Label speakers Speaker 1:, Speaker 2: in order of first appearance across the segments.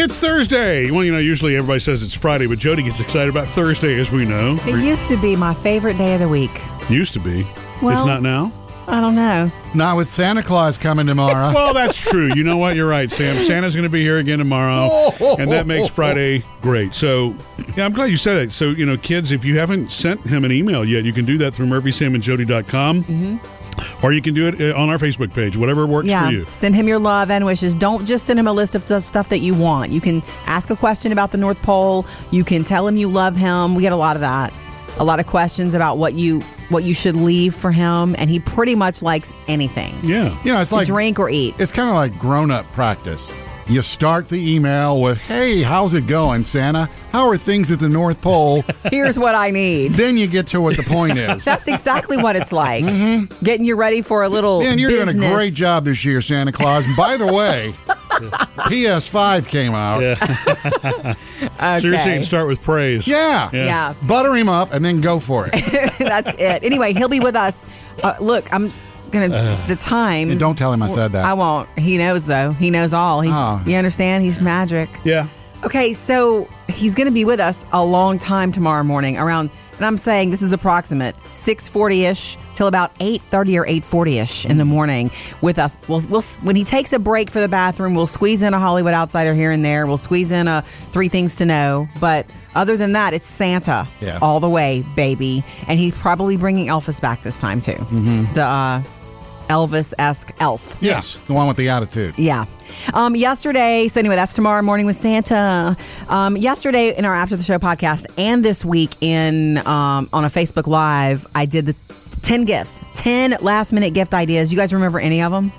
Speaker 1: It's Thursday. Well, you know, usually everybody says it's Friday, but Jody gets excited about Thursday, as we know.
Speaker 2: It used to be my favorite day of the week.
Speaker 1: Used to be. it's
Speaker 2: Well-
Speaker 1: not now.
Speaker 2: I don't know.
Speaker 3: Not with Santa Claus coming tomorrow.
Speaker 1: Well, that's true. You know what? You're right, Sam. Santa's going to be here again tomorrow, and that makes Friday great. So, yeah, I'm glad you said that. So, you know, kids, if you haven't sent him an email yet, you can do that through murphysamandjody.com, or you can do it uh, on our Facebook page, whatever works
Speaker 2: yeah.
Speaker 1: for you.
Speaker 2: Send him your love and wishes. Don't just send him a list of stuff- stuff that you want. You can ask a question about the North Pole. You can tell him you love him. We get a lot of that. A lot of questions about what you what you should leave for him and he pretty much likes anything.
Speaker 1: Yeah.
Speaker 3: you know, it's
Speaker 2: To
Speaker 3: like
Speaker 2: drink or eat.
Speaker 3: it's kind of like grown-up practice. You start the email with, "Hey, how's it going, Santa? How are things at the North Pole?"
Speaker 2: Here's what I need.
Speaker 3: then you get to what the point is.
Speaker 2: That's exactly what it's like. Getting you ready for a little
Speaker 3: Mm-hmm. Man, you're doing a
Speaker 2: business.
Speaker 3: great job this year, Santa Claus. And by the way, PS5 came out. Yeah.
Speaker 2: Okay.
Speaker 1: So you're saying start with praise.
Speaker 2: Yeah.
Speaker 3: Butter him up and then go for it.
Speaker 2: That's it. Anyway, he'll be with us. Uh, look, I'm gonna the times.
Speaker 3: Uh, And don't tell him I said that.
Speaker 2: I won't. He knows though. He knows all. He's
Speaker 3: Oh.
Speaker 2: you understand. He's magic.
Speaker 1: Yeah.
Speaker 2: Okay, so he's gonna be with us a long time tomorrow morning around. And I'm saying this is approximate six forty ish till about eight thirty or eight forty ish in the morning with us. We'll, we'll when he takes a break for the bathroom, we'll squeeze in a Hollywood outsider here and there. We'll squeeze in a three things to know, but other than that, it's Santa
Speaker 3: Yeah.
Speaker 2: all the way, baby. And he's probably bringing Elvis back this time too. Mm-hmm. The uh, Elvis esque elf.
Speaker 3: Yes. The one with the attitude.
Speaker 2: Yeah. Um, yesterday, so anyway, that's tomorrow morning with Santa. Um, yesterday in our after the show podcast, and this week in um, on a Facebook Live, I did the ten gifts, ten last minute gift ideas. You guys remember any of them?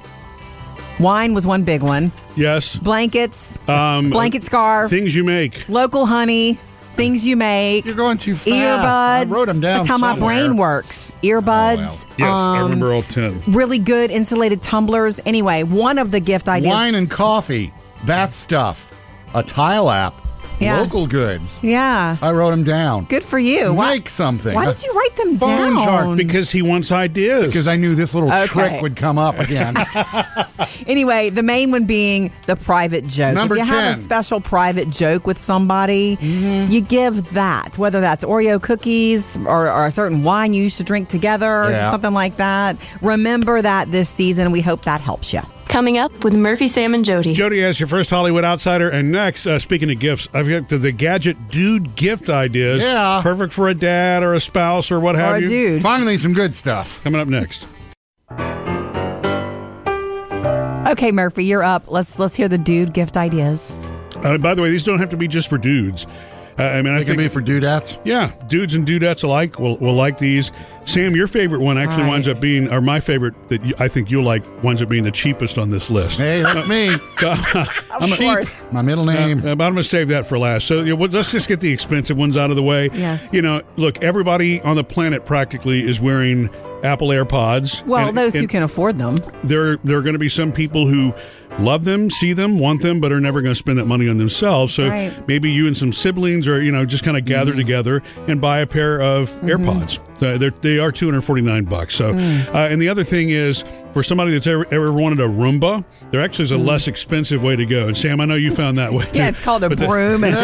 Speaker 2: Wine was one big one.
Speaker 1: Yes.
Speaker 2: Blankets,
Speaker 3: Um,
Speaker 2: blanket scarf,
Speaker 1: Things you make.
Speaker 2: local honey, things you make.
Speaker 3: You're going too fast.
Speaker 2: Earbuds.
Speaker 3: I wrote them down.
Speaker 2: That's how my
Speaker 3: somewhere. Oh,
Speaker 2: brain works. Earbuds.
Speaker 1: Yes, I
Speaker 2: um,
Speaker 1: remember all 10.
Speaker 2: Really good insulated tumblers. Anyway, one of the gift ideas.
Speaker 3: Wine and coffee, bath stuff, a tile app,
Speaker 2: Yeah.
Speaker 3: local goods.
Speaker 2: Yeah.
Speaker 3: I wrote them down.
Speaker 2: Good for you. Why-
Speaker 3: Make something.
Speaker 2: Why did you write them
Speaker 3: Phone
Speaker 2: down?
Speaker 3: shark,
Speaker 1: Because he wants ideas.
Speaker 3: Because I knew this little
Speaker 2: Okay.
Speaker 3: trick would come up again.
Speaker 2: anyway, the main one being the private joke.
Speaker 3: Number
Speaker 2: if you have
Speaker 3: 10.
Speaker 2: a special private joke with somebody,
Speaker 1: Mm-hmm.
Speaker 2: you give that, whether that's Oreo cookies or, or a certain wine you used to drink together,
Speaker 3: Yeah.
Speaker 2: or something like that. Remember that this season. We hope that helps you.
Speaker 4: Coming up with Murphy, Sam, and Jody.
Speaker 1: Jody has your first Hollywood Outsider. And next, uh, speaking of gifts, I've got the, the gadget dude gift ideas.
Speaker 3: Yeah.
Speaker 1: Perfect for a dad or a spouse or what have
Speaker 2: or a
Speaker 1: you.
Speaker 2: dude.
Speaker 3: Finally, some good stuff.
Speaker 1: Coming up next.
Speaker 2: Okay, Murphy, you're up. Let's let's hear the dude gift ideas.
Speaker 1: Uh, by the way, these don't have to be just for dudes. Uh, I mean, I
Speaker 3: It could
Speaker 1: think,
Speaker 3: be for dudettes.
Speaker 1: yeah, dudes and dudettes alike will, will like these. Sam, your favorite one actually
Speaker 2: Right.
Speaker 1: winds up being, or my favorite that you, I think you'll like, winds up being the cheapest on this list.
Speaker 3: Hey, that's me.
Speaker 2: Of
Speaker 3: Sheep,
Speaker 2: course.
Speaker 3: My middle name.
Speaker 1: Uh, but I'm going to save that for last. So you know, well, let's just get the expensive ones out of the way.
Speaker 2: Yes.
Speaker 1: You know, look, everybody on the planet practically is wearing Apple AirPods.
Speaker 2: Well,
Speaker 1: And-
Speaker 2: those who
Speaker 1: and
Speaker 2: can afford them.
Speaker 1: There, there are going to be some people who love them, see them, want them, but are never going to spend that money on themselves. So
Speaker 2: Right. Mm-hmm.
Speaker 1: maybe you and some siblings or, you know, just kind of gather together and buy a pair of AirPods. Uh, They're, they are 249 bucks. So,
Speaker 2: Mm.
Speaker 1: uh, and the other thing is for somebody that's ever, ever wanted a Roomba, there actually is a less expensive way to go. And Sam, I know you found that way.
Speaker 2: Mm. Yeah,
Speaker 1: too.
Speaker 2: it's called a
Speaker 1: But the-
Speaker 2: broom. and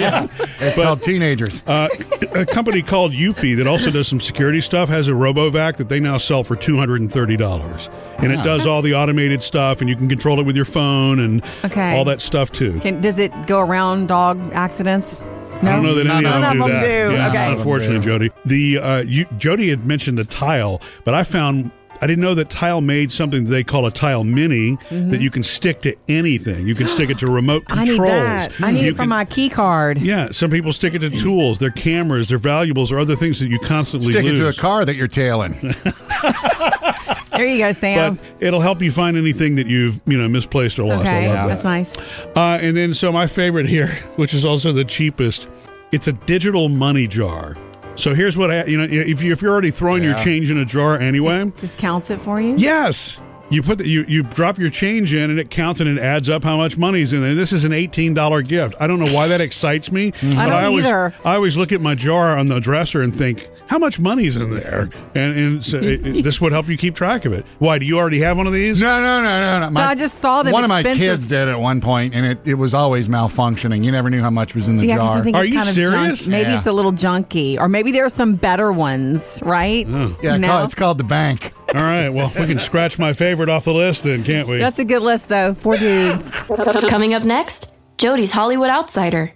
Speaker 3: It's called Teenagers.
Speaker 1: uh, a company called Ufi that also does some security stuff has a RoboVac that they now sell for two hundred and thirty dollars, and it does all the automated stuff, and you can control it with your phone and
Speaker 2: Okay.
Speaker 1: all that stuff too.
Speaker 2: can, does it go around dog accidents? No,
Speaker 1: I don't know that any of
Speaker 3: None
Speaker 1: them
Speaker 2: of
Speaker 1: do
Speaker 2: them
Speaker 1: that.
Speaker 2: do.
Speaker 1: Yeah,
Speaker 2: Okay.
Speaker 1: Unfortunately, Jody, the uh, you, Jody had mentioned the tile, but I found. I didn't know that Tile made something that they call a Tile Mini that you can stick to anything. You can stick it to remote
Speaker 2: Mm-hmm. I need
Speaker 1: controls.
Speaker 2: that. I need
Speaker 1: You
Speaker 2: it for
Speaker 1: can-
Speaker 2: my key card.
Speaker 1: Yeah, some people stick it to tools, their cameras, their valuables, or other things that you constantly
Speaker 3: Stick it
Speaker 1: lose.
Speaker 3: to a car that you're tailing.
Speaker 2: There you go, Sam.
Speaker 1: But Oh, it'll help you find anything that you've you know misplaced or lost.
Speaker 2: okay,
Speaker 1: I love
Speaker 2: that's
Speaker 1: that.
Speaker 2: nice.
Speaker 1: Uh, and then so my favorite here, which is also the cheapest, it's a digital money jar. So here's what I you know if you if you're already throwing your
Speaker 3: Yeah.
Speaker 1: change in a jar anyway,
Speaker 2: Just counts it for you.
Speaker 1: yes. You put the, you you drop your change in and it counts and it adds up how much money's in there. This is an eighteen dollar gift. I don't know why that excites me. but
Speaker 2: Mm-hmm. I don't
Speaker 1: always
Speaker 2: either.
Speaker 1: I always look at my jar on the dresser and think how much money's in there? And, and so it, it- this would help you keep track of it. Why do you already have one of these?
Speaker 3: No, no, no, no, no.
Speaker 2: I just saw them
Speaker 3: One of my
Speaker 2: expenses.
Speaker 3: kids did at one point, and it, it was always malfunctioning. You never knew how much was in the
Speaker 2: Yeah, 'cause
Speaker 3: jar.
Speaker 2: I think
Speaker 1: Are
Speaker 2: it's
Speaker 1: you
Speaker 2: kind of
Speaker 1: serious?
Speaker 2: junk. Maybe
Speaker 3: Yeah.
Speaker 2: it's a little junky, or maybe there are some better ones, right?
Speaker 3: yeah,
Speaker 2: No?
Speaker 3: call- it's called the bank.
Speaker 1: All right, well we can scratch my favorite off the list then, can't we?
Speaker 2: That's a good list, though. Four dudes.
Speaker 4: Coming up next, Jody's Hollywood Outsider.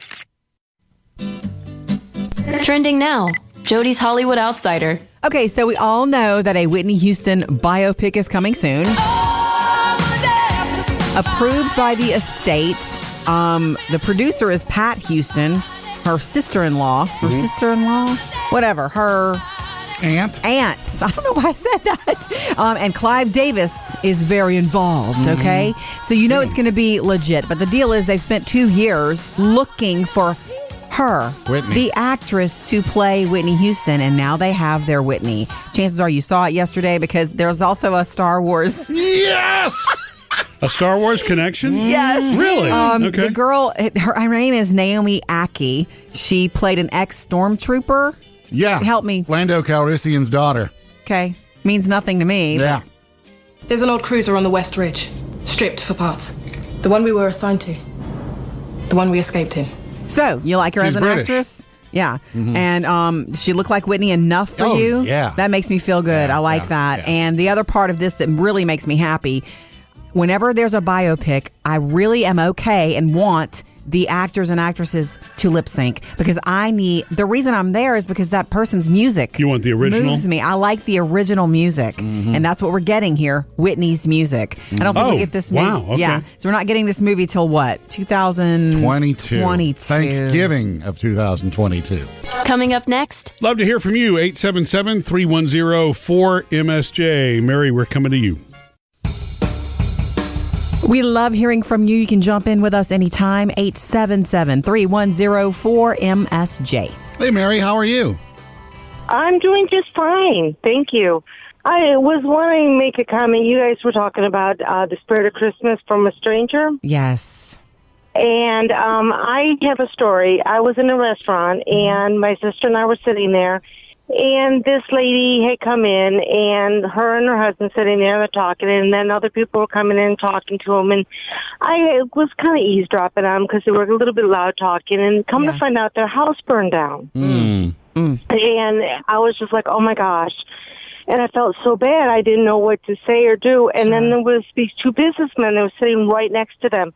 Speaker 4: Trending now, Jody's Hollywood Outsider.
Speaker 2: Okay, so we all know that a Whitney Houston biopic is coming soon. Approved by the estate. Um, the producer is Pat Houston, her sister in law, her sister in law, whatever, her
Speaker 3: Aunt?
Speaker 2: aunt. I don't know why I said that. Um, and Clive Davis is very involved, okay? So you know it's going to be legit. But the deal is they've spent two years looking for her,
Speaker 3: Whitney.
Speaker 2: the actress to play Whitney Houston, and now they have their Whitney. Chances are you saw it yesterday because there's also a Star Wars.
Speaker 3: Yes!
Speaker 1: a Star Wars connection?
Speaker 2: Mm-hmm. Yes.
Speaker 1: Really?
Speaker 2: Um,
Speaker 1: okay.
Speaker 2: The girl, her, her name is Naomi Aki. She played an ex stormtrooper.
Speaker 3: Yeah.
Speaker 2: Help me.
Speaker 3: Lando Calrissian's daughter.
Speaker 2: Okay. Means nothing to me.
Speaker 3: Yeah.
Speaker 5: There's an old cruiser on the West Ridge, stripped for parts. The one we were assigned to. The one we escaped in.
Speaker 2: So you like her as
Speaker 3: She's
Speaker 2: an
Speaker 3: British.
Speaker 2: actress? Yeah, and um, she looked like Whitney enough for
Speaker 3: Oh,
Speaker 2: you.
Speaker 3: yeah.
Speaker 2: that makes me feel good. I like
Speaker 3: yeah,
Speaker 2: that.
Speaker 3: yeah.
Speaker 2: And the other part of this that really makes me happy, whenever there's a biopic, I really am okay and want the actors and actresses to lip sync because I need the reason I'm there is because that person's music.
Speaker 1: You want the original?
Speaker 2: moves me. I like the original music, and that's what we're getting here. Whitney's music. I don't think
Speaker 1: Oh,
Speaker 2: we get this.
Speaker 1: wow,
Speaker 2: movie.
Speaker 1: okay.
Speaker 2: Yeah, so we're not getting this movie till what 2000.
Speaker 3: 22.
Speaker 2: 22.
Speaker 3: Thanksgiving of 2022.
Speaker 4: Coming up next,
Speaker 1: Love to hear from you. 877-310-4MSJ. Mary, we're coming to you.
Speaker 2: We love hearing from you. You can jump in with us anytime. 877 310
Speaker 3: Hey, Mary, how are you?
Speaker 6: I'm doing just fine. Thank you. I was wanting to make a comment. You guys were talking about uh, the spirit of Christmas from a stranger.
Speaker 2: Yes.
Speaker 6: And um, I have a story. I was in a restaurant, and my sister and I were sitting there, and this lady had come in, and her and her husband sitting there, they're talking, and then other people were coming in and talking to them, and I was kind of eavesdropping on them because they were a little bit loud talking, and come
Speaker 2: Yeah.
Speaker 6: to find out, their house burned down, and I was just like, oh my gosh. And I felt so bad. I didn't know what to say or do. And then there was these two businessmen that were sitting right next to them.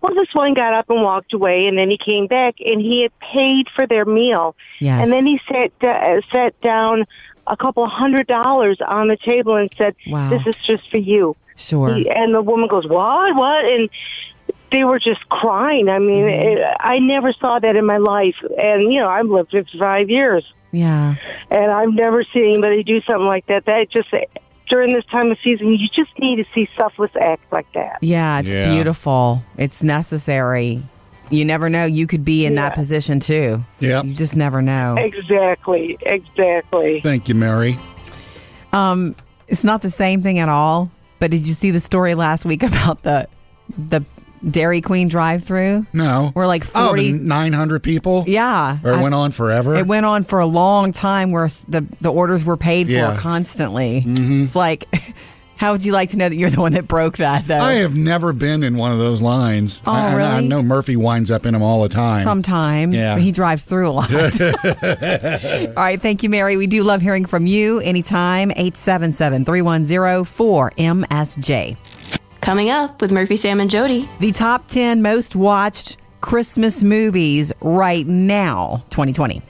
Speaker 6: Well, this one got up and walked away, and then he came back, and he had paid for their meal.
Speaker 2: Yes.
Speaker 6: And then he sat uh, sat down a couple hundred dollars on the table and said,
Speaker 2: Wow.
Speaker 6: "This is just for you."
Speaker 2: Sure.
Speaker 6: He- and the woman goes, "What? What?" And they were just crying. I mean,
Speaker 2: Mm-hmm.
Speaker 6: it, I never saw that in my life, and you know, I've lived 55 years,
Speaker 2: Yeah.
Speaker 6: and I've never seen anybody do something like that. That just during this time of season, you just need to see selfless acts like that.
Speaker 2: Yeah. It's
Speaker 3: Yeah.
Speaker 2: beautiful. It's necessary. You never know. You could be in that
Speaker 6: Yeah.
Speaker 2: position too.
Speaker 3: Yep.
Speaker 2: You just never know.
Speaker 6: Exactly. Exactly.
Speaker 3: Thank you, Mary.
Speaker 2: Um, it's not the same thing at all. But did you see the story last week about the the Dairy Queen drive-through?
Speaker 3: No.
Speaker 2: We're like
Speaker 3: Oh,
Speaker 2: 40
Speaker 3: the 900 people?
Speaker 2: Yeah.
Speaker 3: Or it
Speaker 2: I-
Speaker 3: went on forever?
Speaker 2: It went on for a long time where s- the, the orders were paid for
Speaker 3: Yeah. Mm-hmm.
Speaker 2: constantly. It's like, how would you like to know that you're the one that broke that, though?
Speaker 3: I have never been in one of those lines.
Speaker 2: Oh,
Speaker 3: I, I- I
Speaker 2: really?
Speaker 3: know Murphy winds up in them all the time.
Speaker 2: Sometimes
Speaker 3: Yeah.
Speaker 2: he drives through a lot. All right. Thank you, Mary. We do love hearing from you anytime. 877 310 4MSJ.
Speaker 4: coming up with Murphy, Sam, and Jody.
Speaker 2: The top 10 most watched Christmas movies right now, 2020.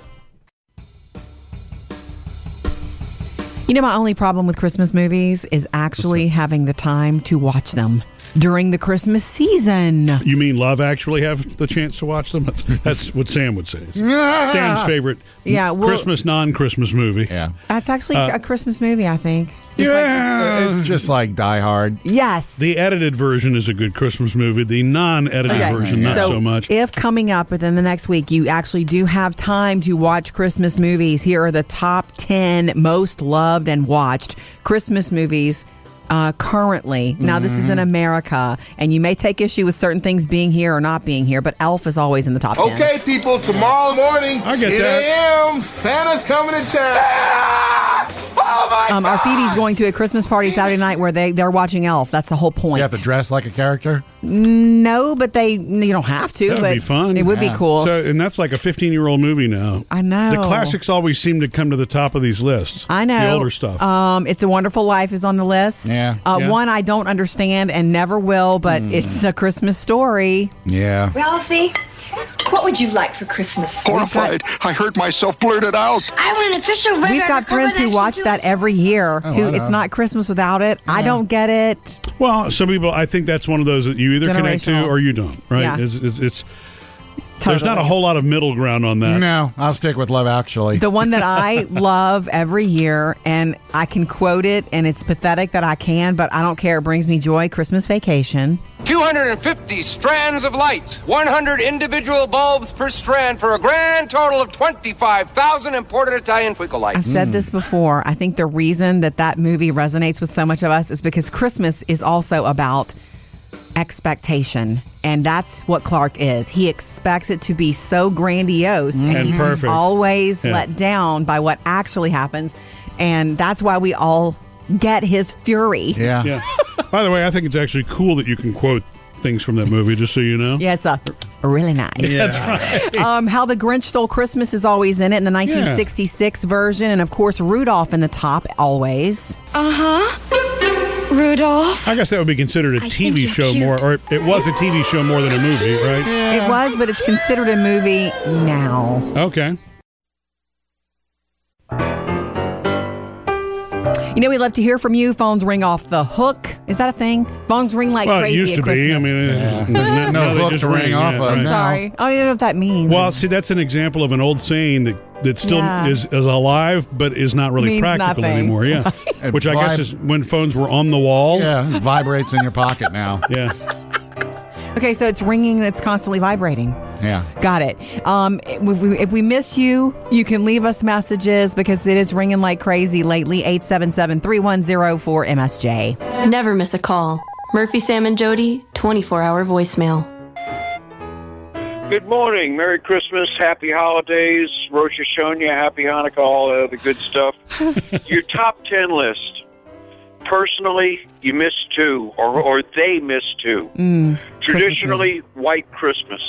Speaker 2: You know, my only problem with Christmas movies is actually having the time to watch them during the Christmas season.
Speaker 1: You mean Love actually have the chance to watch them? That's, that's what Sam would say. Sam's favorite
Speaker 2: Yeah, well-
Speaker 1: Christmas non-Christmas movie.
Speaker 3: Yeah.
Speaker 2: That's actually a Christmas movie, I think. Just
Speaker 1: Uh,
Speaker 2: like-
Speaker 1: yeah.
Speaker 3: It's just like Die Hard.
Speaker 2: yes.
Speaker 1: the edited version is a good Christmas movie. The non-edited
Speaker 2: Okay.
Speaker 1: version, not so, much.
Speaker 2: If coming up within the next week, you actually do have time to watch Christmas movies, here are the top 10 most loved and watched Christmas movies uh, currently. Now, this is in
Speaker 1: Mm-hmm.
Speaker 2: America, and you may take issue with certain things being here or not being here, but Elf is always in the top 10.
Speaker 7: Okay, people, tomorrow morning,
Speaker 1: I get
Speaker 7: 10
Speaker 1: that.
Speaker 7: a.m., Santa's coming to town. Oh, my
Speaker 2: Um, our Phoebe's going to a Christmas party Saturday night where they, they're watching Elf. That's the whole point.
Speaker 3: You have to dress like a character.
Speaker 2: no, but they you don't have to.
Speaker 1: That'd
Speaker 2: but
Speaker 1: be fun.
Speaker 2: It would
Speaker 3: Yeah.
Speaker 2: be cool.
Speaker 1: So, and that's like a 15 year old movie now.
Speaker 2: I know.
Speaker 1: The classics always seem to come to the top of these lists.
Speaker 2: I know.
Speaker 1: The older stuff.
Speaker 2: Um, it's a Wonderful Life is on the list.
Speaker 3: Yeah. Hmm.
Speaker 2: Uh,
Speaker 1: Yeah.
Speaker 2: One I don't understand and never will, but it's a Christmas story.
Speaker 3: Yeah.
Speaker 8: Ralphie, what would you like for Christmas?
Speaker 9: Horrified, I heard myself blurted out.
Speaker 8: I want an official red
Speaker 2: We've got friends who watch that every year.
Speaker 3: Oh,
Speaker 2: who
Speaker 3: I know.
Speaker 2: it's not Christmas without it. I don't get it.
Speaker 1: well, some people, I think that's one of those that you either connect to
Speaker 2: Generational.
Speaker 1: or you don't, right?
Speaker 2: Yeah.
Speaker 1: It's, it's, it's, there's not a
Speaker 2: Totally.
Speaker 1: whole lot of middle ground on that.
Speaker 3: No, I'll stick with Love Actually.
Speaker 2: The one that I love every year, and I can quote it, and it's pathetic that I can, but I don't care. It brings me joy. Christmas Vacation.
Speaker 10: 250 strands of light, 100 individual bulbs per strand for a grand total of 25,000 imported Italian twinkle lights.
Speaker 2: I've
Speaker 1: Mm.
Speaker 2: said this before. I think the reason that that movie resonates with so much of us is because Christmas is also about expectation. And that's what Clark is. He expects it to be so grandiose and,
Speaker 1: Mm. And
Speaker 2: he's
Speaker 1: perfect.
Speaker 2: always
Speaker 1: Yeah.
Speaker 2: let down by what actually happens. And that's why we all get his fury.
Speaker 3: yeah.
Speaker 1: Yeah. By the way, I think it's actually cool that you can quote things from that movie, just so you know.
Speaker 2: Yeah, it's a really nice. That's right. Um, How the Grinch Stole Christmas is always in it in the 1966 version, and of course Rudolph in the top always.
Speaker 8: Uh huh. Uh-huh. Rudolph.
Speaker 1: I guess that would be considered a
Speaker 8: I think
Speaker 1: TV
Speaker 8: you're
Speaker 1: show
Speaker 8: cute.
Speaker 1: more, or it, it was a TV show more than a movie, right?
Speaker 2: It was, but it's considered a movie now.
Speaker 1: Okay.
Speaker 2: You know, we love to hear from you. Phones ring off the hook. Is that a thing? Phones ring like
Speaker 1: Well, it
Speaker 2: crazy
Speaker 1: used
Speaker 2: at
Speaker 1: to
Speaker 2: Christmas.
Speaker 1: be. I mean, it-
Speaker 3: Yeah.
Speaker 1: now-
Speaker 3: No
Speaker 1: now they
Speaker 3: hook
Speaker 1: just
Speaker 3: to ring off of, no.
Speaker 2: Sorry, I don't know what that means.
Speaker 1: Well, see, that's an example of an old saying that that still
Speaker 2: Yeah.
Speaker 1: is, is alive, but is not really
Speaker 2: Means
Speaker 1: practical
Speaker 2: nothing.
Speaker 1: anymore. Yeah,
Speaker 3: And
Speaker 1: which I guess
Speaker 3: vibe-
Speaker 1: is when phones were on the wall.
Speaker 3: Yeah, it vibrates in your pocket now.
Speaker 1: Yeah.
Speaker 2: okay, so it's ringing. That's constantly vibrating.
Speaker 3: Yeah.
Speaker 2: Got it. Um, if we, if we miss you, you can leave us messages because it is ringing like crazy lately. 877-3104-MSJ.
Speaker 4: Never miss a call. Murphy, Sam, and Jody, 24 hour voicemail.
Speaker 11: Good morning. Merry Christmas. Happy holidays. Rosh Hashanah. Happy Hanukkah. All uh, the good stuff. Your top 10 list. Personally, you miss two, or, or they miss two. Traditionally, White Christmas.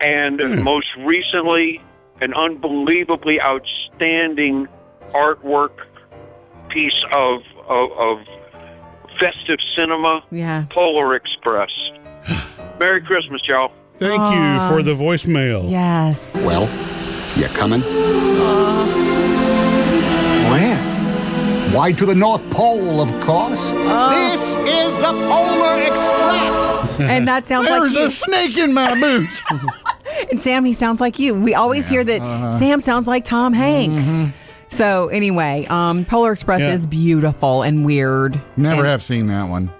Speaker 11: And most recently, an unbelievably outstanding artwork piece of, of, of festive cinema,
Speaker 2: Yeah.
Speaker 11: Polar Express. Merry Christmas, y'all.
Speaker 1: Thank you for the voicemail.
Speaker 2: Yes.
Speaker 9: Well, you coming?
Speaker 7: Where?
Speaker 9: Why to the North Pole, of course.
Speaker 2: Oh.
Speaker 7: This is the Polar Express.
Speaker 2: and that sounds
Speaker 3: There's
Speaker 2: like you.
Speaker 3: a snake in my boot.
Speaker 2: And Sam, he sounds like you. We always hear that
Speaker 1: Uh-huh.
Speaker 2: Sam sounds like Tom Hanks. So anyway, um, Polar Express
Speaker 1: Mm-hmm. Yeah.
Speaker 2: is beautiful and weird.
Speaker 3: Never
Speaker 2: And-
Speaker 3: have seen that one.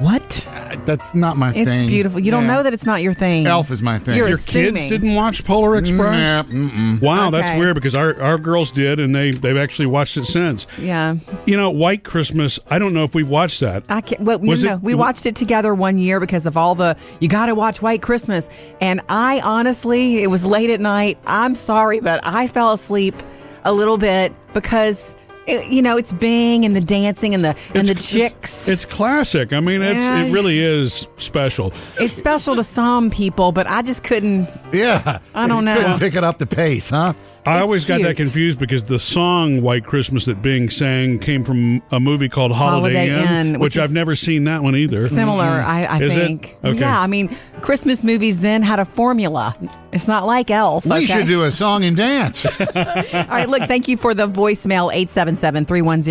Speaker 2: What?
Speaker 3: Uh, That's not my
Speaker 2: It's
Speaker 3: thing.
Speaker 2: beautiful. You don't
Speaker 3: Yeah.
Speaker 2: know that it's not your thing.
Speaker 3: Elf is my thing.
Speaker 2: You're
Speaker 1: Your
Speaker 2: assuming.
Speaker 1: kids didn't watch Polar
Speaker 3: Nah, mm,
Speaker 1: Express?
Speaker 3: mm-mm.
Speaker 1: Wow, that's
Speaker 2: Okay.
Speaker 1: weird because our, our girls did, and they they've actually watched it since.
Speaker 2: Yeah,
Speaker 1: You know, White Christmas. I don't know if we've watched that.
Speaker 2: I can't. Well, no,
Speaker 1: Was
Speaker 2: no,
Speaker 1: it-
Speaker 2: we watched it together one year because of all the you got to watch White Christmas, and I honestly, it was late at night. I'm sorry, but I fell asleep a little bit because it, you know it's Bing and the dancing and the and the
Speaker 1: It's- it's-
Speaker 2: chicks.
Speaker 1: It's, classic. I mean, it's
Speaker 2: Yeah.
Speaker 1: it really is special.
Speaker 2: It's special to some people, but I just couldn't.
Speaker 3: Yeah.
Speaker 2: I don't know.
Speaker 3: Couldn't pick it up the pace, huh?
Speaker 1: I
Speaker 2: It's
Speaker 1: always got that
Speaker 2: cute.
Speaker 1: confused because the song "White Christmas" that Bing sang came from a movie called Holiday,
Speaker 2: Holiday
Speaker 1: Inn,
Speaker 2: Inn,
Speaker 1: which,
Speaker 2: which
Speaker 1: I've
Speaker 2: is
Speaker 1: never seen that one either. Mm-hmm.
Speaker 2: Similar,
Speaker 3: Mm-hmm.
Speaker 2: I, I
Speaker 1: Is it?
Speaker 2: think.
Speaker 1: Okay.
Speaker 2: Yeah, I mean, Christmas movies then had a formula. It's not like Elf.
Speaker 3: We
Speaker 2: okay?
Speaker 3: should do a song and dance.
Speaker 2: All right, look, thank you for the voicemail 877 310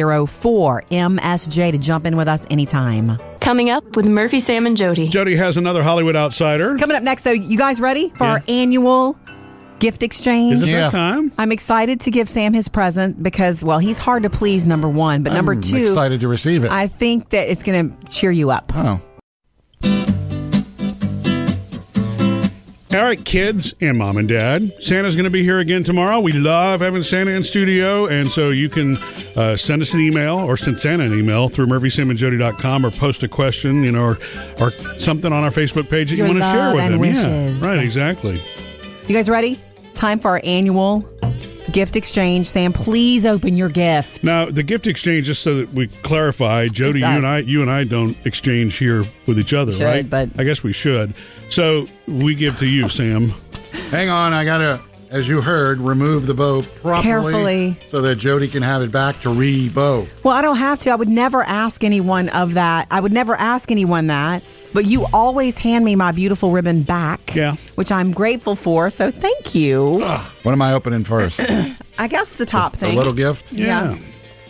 Speaker 2: 4MSJ to jump in with us anytime.
Speaker 4: Coming up with Murphy, Sam, and Jody.
Speaker 1: Jody has another Hollywood outsider.
Speaker 2: Coming up next, though, you guys ready for
Speaker 1: Yeah.
Speaker 2: our annual gift exchange?
Speaker 1: Is it
Speaker 3: Yeah.
Speaker 1: that time?
Speaker 2: I'm excited to give Sam his present because, well, he's hard to please, number one. But number
Speaker 3: I'm
Speaker 2: two,
Speaker 3: excited to receive it. Oh.
Speaker 2: I think that it's going to cheer you up.
Speaker 3: oh.
Speaker 1: All right, kids and mom and dad. Santa's going to be here again tomorrow. We love having Santa in studio. And so you can uh, send us an email or send Santa an email through murphysamandjody.com or post a question, you know, or, or something on our Facebook page that
Speaker 2: Your
Speaker 1: you want to share
Speaker 2: love
Speaker 1: with
Speaker 2: and
Speaker 1: them.
Speaker 2: wishes.
Speaker 1: Yeah, right, exactly.
Speaker 2: You guys ready? Time for our annual gift exchange. Sam, please open your gift.
Speaker 1: Now, the gift exchange, just so that we clarify, Jody, you
Speaker 2: us.
Speaker 1: and I, you and I don't exchange here with each other,
Speaker 2: Should,
Speaker 1: right?
Speaker 2: but-
Speaker 1: I guess we should. So we give to you, Sam.
Speaker 3: Hang on, I gotta, as you heard, remove the bow properly,
Speaker 2: Carefully.
Speaker 3: so that Jody can have it back to re-bow.
Speaker 2: Well, I don't have to. I would never ask anyone of that. I would never ask anyone that. But you always hand me my beautiful ribbon back. Yeah. Which I'm grateful for. So thank you.
Speaker 3: What am I opening first? a
Speaker 2: I guess the top thing.
Speaker 3: little gift.
Speaker 2: Yeah.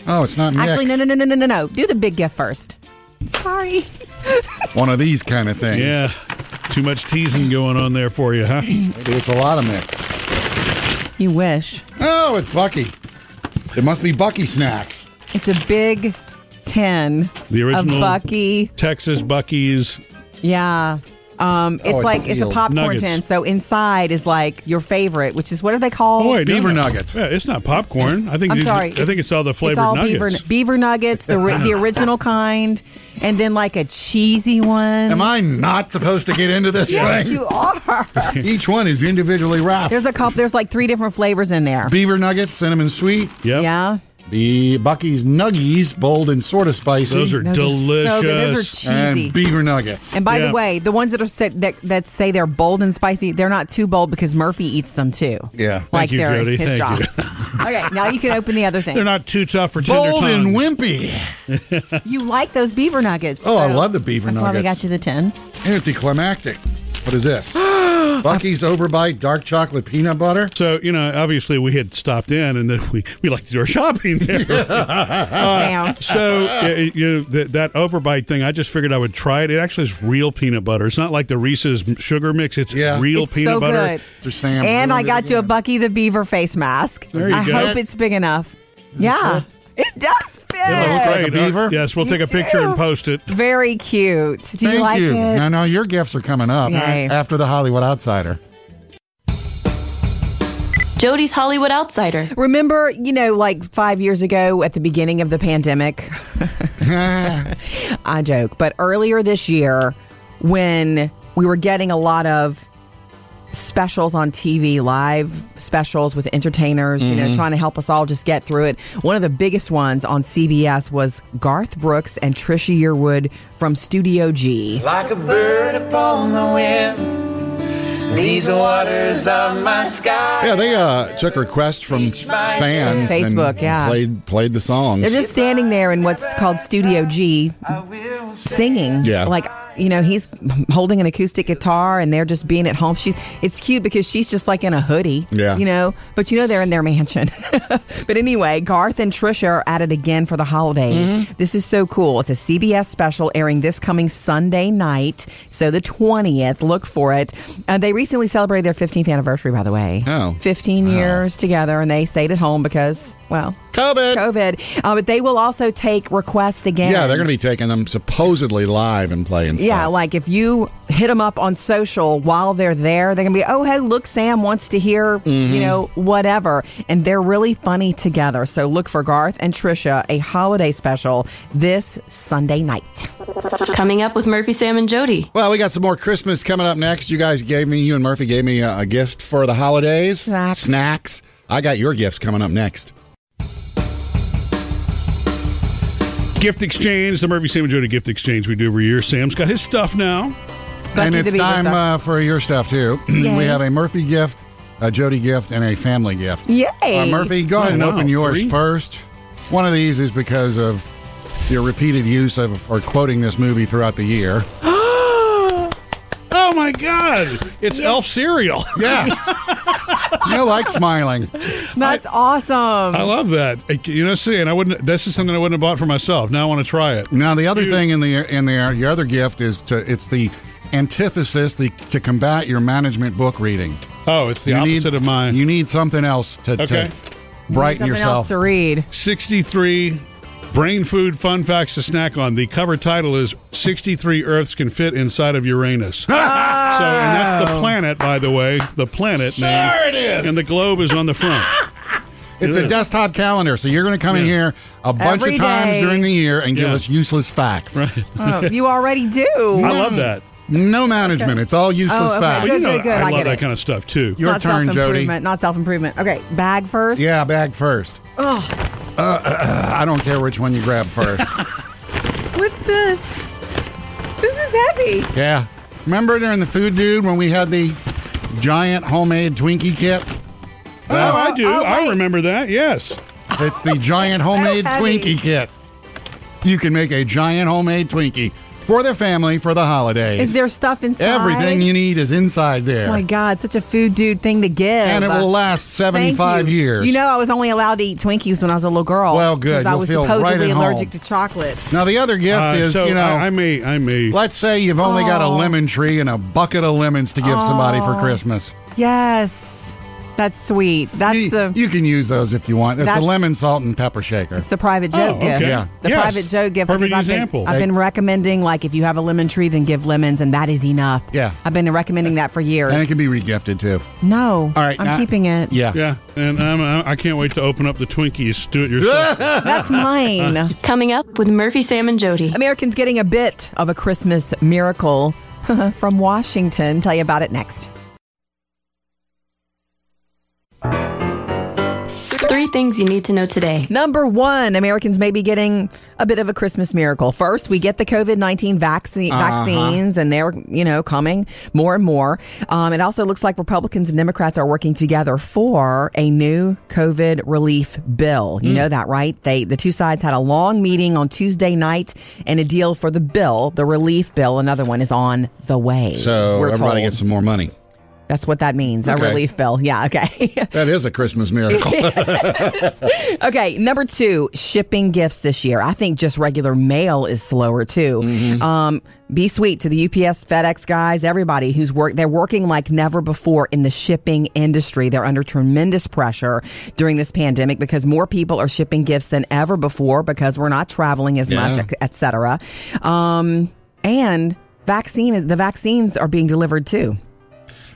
Speaker 3: Oh, it's not mixed.
Speaker 2: Actually, no, no, no, no, no, no, no. Do the big gift first. Sorry.
Speaker 3: One of these kind of things.
Speaker 1: Yeah. Too much teasing going on there for you, huh?
Speaker 3: it's a lot of mix.
Speaker 2: You wish.
Speaker 3: Oh, it's Bucky. It must be Bucky snacks.
Speaker 2: It's a big tin
Speaker 1: The original
Speaker 2: of Bucky.
Speaker 1: Texas Bucky's.
Speaker 2: Yeah. Um, it's
Speaker 1: it's
Speaker 2: like it's a
Speaker 1: sealed.
Speaker 2: popcorn
Speaker 1: Nuggets.
Speaker 2: tin, so inside is like your favorite, which is what are they called?
Speaker 1: Oh, wait, no, no. Yeah, it's not popcorn. I think
Speaker 2: I'm
Speaker 1: these-
Speaker 2: sorry.
Speaker 1: I think it's all the flavored
Speaker 2: it's all
Speaker 1: nuggets.
Speaker 2: Beaver, beaver nuggets, the ri- the original kind, and then like a cheesy one.
Speaker 3: Am I not supposed to get into this
Speaker 2: Yes,
Speaker 3: thing?
Speaker 2: you are.
Speaker 3: Each one is individually wrapped.
Speaker 2: There's a couple. There's like three different flavors in there.
Speaker 3: Beaver nuggets, cinnamon sweet.
Speaker 2: Yeah.
Speaker 3: The Bucky's nuggies, bold and sort of spicy.
Speaker 1: Those are Those are
Speaker 2: so good. Those are cheesy.
Speaker 3: And beaver nuggets.
Speaker 2: And by the way, the ones that are said that that say they're bold and spicy, they're not too bold because Murphy eats them too.
Speaker 3: yeah,
Speaker 2: like
Speaker 1: you,
Speaker 2: they're
Speaker 1: Jody.
Speaker 2: his
Speaker 1: Thank
Speaker 2: job.
Speaker 1: you.
Speaker 2: okay, now you can open the other thing.
Speaker 1: They're not too tough for tender
Speaker 3: bold
Speaker 1: tongues.
Speaker 3: and wimpy.
Speaker 2: You like those beaver nuggets?
Speaker 3: Oh, I
Speaker 2: so
Speaker 3: love the beaver
Speaker 2: That's why we
Speaker 3: nuggets.
Speaker 2: got you the tin.
Speaker 3: Anticlimactic. What is this? Bucky's overbite dark chocolate peanut butter.
Speaker 1: So you know, obviously, we had stopped in, and then we we like to do our shopping there.
Speaker 2: Sam.
Speaker 1: so uh, you know that, that overbite thing, I just figured I would try it. It actually is real peanut butter. It's not like the Reese's sugar mix. It's real
Speaker 2: It's
Speaker 1: peanut
Speaker 2: so
Speaker 1: butter.
Speaker 2: good. and I got you a Bucky the Beaver face mask.
Speaker 1: There you
Speaker 2: I
Speaker 1: go.
Speaker 2: hope it's big enough. Yeah, it does fit.
Speaker 1: Great. Uh, yes, we'll
Speaker 2: You
Speaker 1: take a picture
Speaker 2: do.
Speaker 1: and post it.
Speaker 2: Very cute. Do
Speaker 3: Thank
Speaker 2: you like
Speaker 3: you.
Speaker 2: it?
Speaker 3: I know your gifts are coming up
Speaker 2: Yay.
Speaker 3: after the Hollywood Outsider.
Speaker 4: Jody's Hollywood Outsider.
Speaker 2: Remember, you know, like five years ago at the beginning of the pandemic, I joke, but earlier this year when we were getting a lot of specials on TV, live specials with entertainers, you know,
Speaker 6: Mhm.
Speaker 2: trying to help us all just get through it. One of the biggest ones on CBS was Garth Brooks and Trisha Yearwood from Studio G.
Speaker 12: Like a bird upon the wind, these waters are my sky.
Speaker 3: Yeah, they uh, took requests from fans. and
Speaker 2: Facebook, yeah.
Speaker 3: Played played the songs.
Speaker 2: They're just standing there in what's called Studio G, singing.
Speaker 3: Yeah.
Speaker 2: Like, you know, he's holding an acoustic guitar and they're just being at home. She's, it's cute because she's just like in a hoodie.
Speaker 6: Yeah.
Speaker 2: You know, but you know, they're in their mansion. but anyway, Garth and Trisha are at it again for the holidays. This is so cool. It's a CBS special airing this coming Sunday night. So the 20th. Look for it. Uh, they recently celebrated their 15th anniversary, by the way.
Speaker 3: Oh.
Speaker 2: 15 years together and they stayed at home because, well,
Speaker 3: COVID.
Speaker 2: COVID. Uh, but they will also take requests again.
Speaker 3: yeah, they're going to be taking them supposedly live and playing. stuff.
Speaker 2: Yeah, like if you hit them up on social while they're there, they're gonna be, oh hey, look, Sam wants to hear,
Speaker 3: Mhm.
Speaker 2: you know, whatever. And they're really funny together. So look for Garth and Trisha a holiday special this Sunday night.
Speaker 4: Coming up with Murphy, Sam, and Jody.
Speaker 3: Well, we got some more Christmas coming up next. You guys gave me, you and Murphy gave me a, a gift for the holidays. Snacks. I got your gifts coming up next.
Speaker 1: Gift exchange, the Murphy Sam and Jody gift exchange we do every year. Sam's got his stuff now.
Speaker 3: and it's time uh, for your stuff, too. we
Speaker 1: Yay.
Speaker 3: have a Murphy gift, a Jody gift, and a family gift.
Speaker 2: Yay.
Speaker 3: Uh, Murphy, go ahead
Speaker 1: Oh,
Speaker 3: and
Speaker 1: wow,
Speaker 3: open yours
Speaker 1: three?
Speaker 3: first. One of these is because of your repeated use of or quoting this movie throughout the year.
Speaker 1: Oh my God! It's Elf cereal.
Speaker 3: Yeah. you like smiling.
Speaker 2: That's awesome.
Speaker 1: I love that. I- You know, see, and I wouldn't. This is something I wouldn't have bought for myself. Now I want to try it.
Speaker 3: Now the other thing in the in there, your other gift is to it's the antithesis the, to combat your management book reading.
Speaker 1: Oh, it's the opposite
Speaker 3: need,
Speaker 1: of mine.
Speaker 3: You need something else to,
Speaker 1: Okay.
Speaker 3: to brighten yourself.
Speaker 2: read.
Speaker 1: 63 brain food fun facts to snack on. The cover title is 63 Earths Can Fit Inside of Uranus. So, and that's the planet, by the way. The planet
Speaker 3: Sure
Speaker 1: name.
Speaker 3: it is.
Speaker 1: And the globe is on the front.
Speaker 3: It's
Speaker 1: It
Speaker 3: a
Speaker 1: is.
Speaker 3: desktop calendar, so you're going to come in here a bunch
Speaker 2: Every
Speaker 3: of times
Speaker 2: day.
Speaker 3: during the year and give
Speaker 1: Yeah.
Speaker 3: us useless facts.
Speaker 2: Oh, you already do.
Speaker 1: I
Speaker 3: Mm.
Speaker 1: love that.
Speaker 3: No management. It's all useless
Speaker 2: Oh, okay,
Speaker 3: facts.
Speaker 2: good, good, good.
Speaker 1: I
Speaker 2: I
Speaker 1: love
Speaker 2: get
Speaker 1: that
Speaker 2: it.
Speaker 1: kind of stuff too.
Speaker 3: Your
Speaker 2: not
Speaker 3: turn, Jody.
Speaker 2: self-improvement, Not self improvement. Okay, bag first.
Speaker 3: Yeah, bag first.
Speaker 2: Oh,
Speaker 3: Uh, I don't care which one you grab first.
Speaker 2: what's this? This is heavy.
Speaker 3: yeah. Remember during the food dude when we had the giant homemade Twinkie kit?
Speaker 1: Oh, I do.
Speaker 2: oh,
Speaker 1: I
Speaker 2: wait.
Speaker 1: remember that. Yes.
Speaker 3: It's the giant
Speaker 2: so
Speaker 3: homemade
Speaker 2: heavy.
Speaker 3: Twinkie kit. You can make a giant homemade Twinkie for the family for the holidays.
Speaker 2: Is there stuff inside?
Speaker 3: Everything you need is inside there.
Speaker 2: Oh my God, such a food dude thing to give.
Speaker 3: and it will last
Speaker 2: Thank
Speaker 3: 75
Speaker 2: you.
Speaker 3: years.
Speaker 2: You know, I was only allowed to eat Twinkies when I was a little girl.
Speaker 3: Well, good.
Speaker 2: Because I
Speaker 3: You'll
Speaker 2: was
Speaker 3: feel right
Speaker 2: supposedly
Speaker 3: at
Speaker 2: allergic to
Speaker 3: home.
Speaker 2: chocolate.
Speaker 3: now, the other gift
Speaker 1: Uh,
Speaker 3: is,
Speaker 1: so
Speaker 3: you know,
Speaker 1: I, I may, I may.
Speaker 3: let's say you've only got a
Speaker 2: Oh.
Speaker 3: lemon tree and a bucket of lemons to give somebody for Christmas.
Speaker 2: Yes, that's sweet. That's
Speaker 3: You,
Speaker 2: the
Speaker 3: you can use those if you want. It's a
Speaker 2: That's-
Speaker 3: lemon, salt, and pepper shaker.
Speaker 2: It's the private
Speaker 1: Oh,
Speaker 2: joke
Speaker 1: okay.
Speaker 2: gift.
Speaker 3: Yeah.
Speaker 2: The
Speaker 1: Yes.
Speaker 2: private joke gift.
Speaker 1: Perfect
Speaker 2: because I've been-
Speaker 1: example.
Speaker 2: I've been recommending, like, if you have a lemon tree, then give lemons, and that is enough.
Speaker 3: Yeah.
Speaker 2: I've been recommending that for years.
Speaker 3: And it can be regifted too.
Speaker 2: no.
Speaker 3: All right,
Speaker 2: I'm
Speaker 3: now-
Speaker 2: keeping it.
Speaker 3: Yeah.
Speaker 1: yeah, and I'm, I I can't wait to open up the Twinkies. Do it yourself.
Speaker 2: That's mine.
Speaker 4: Coming up with Murphy, Sam, and Jody.
Speaker 2: Americans getting a bit of a Christmas miracle from Washington. Tell you about it next.
Speaker 4: Three things you need to know today.
Speaker 2: Number one, Americans may be getting a bit of a Christmas miracle. First, we get the COVID 19 vaccine,
Speaker 3: Uh-huh.
Speaker 2: vaccines, and they're, you know, coming more and more. Um, it also looks like Republicans and Democrats are working together for a new COVID relief bill.
Speaker 3: Mm.
Speaker 2: You know that, right? They The two sides had a long meeting on Tuesday night and a deal for the bill, the relief bill. Another one is on the way.
Speaker 3: So
Speaker 2: we're
Speaker 3: everybody
Speaker 2: told.
Speaker 3: gets some more money.
Speaker 2: That's what that means
Speaker 3: Okay.
Speaker 2: a relief bill. Yeah, okay.
Speaker 3: That is a Christmas miracle.
Speaker 2: Okay, number two, shipping gifts this year. I think just regular mail is slower too.
Speaker 3: Mm-hmm.
Speaker 2: Um, be sweet to the UPS, FedEx guys, everybody who's work. They're working like never before in the shipping industry. They're under tremendous pressure during this pandemic because more people are shipping gifts than ever before because we're not traveling as
Speaker 3: Yeah.
Speaker 2: much, et cetera. Um, and vaccine is the vaccines are being delivered too.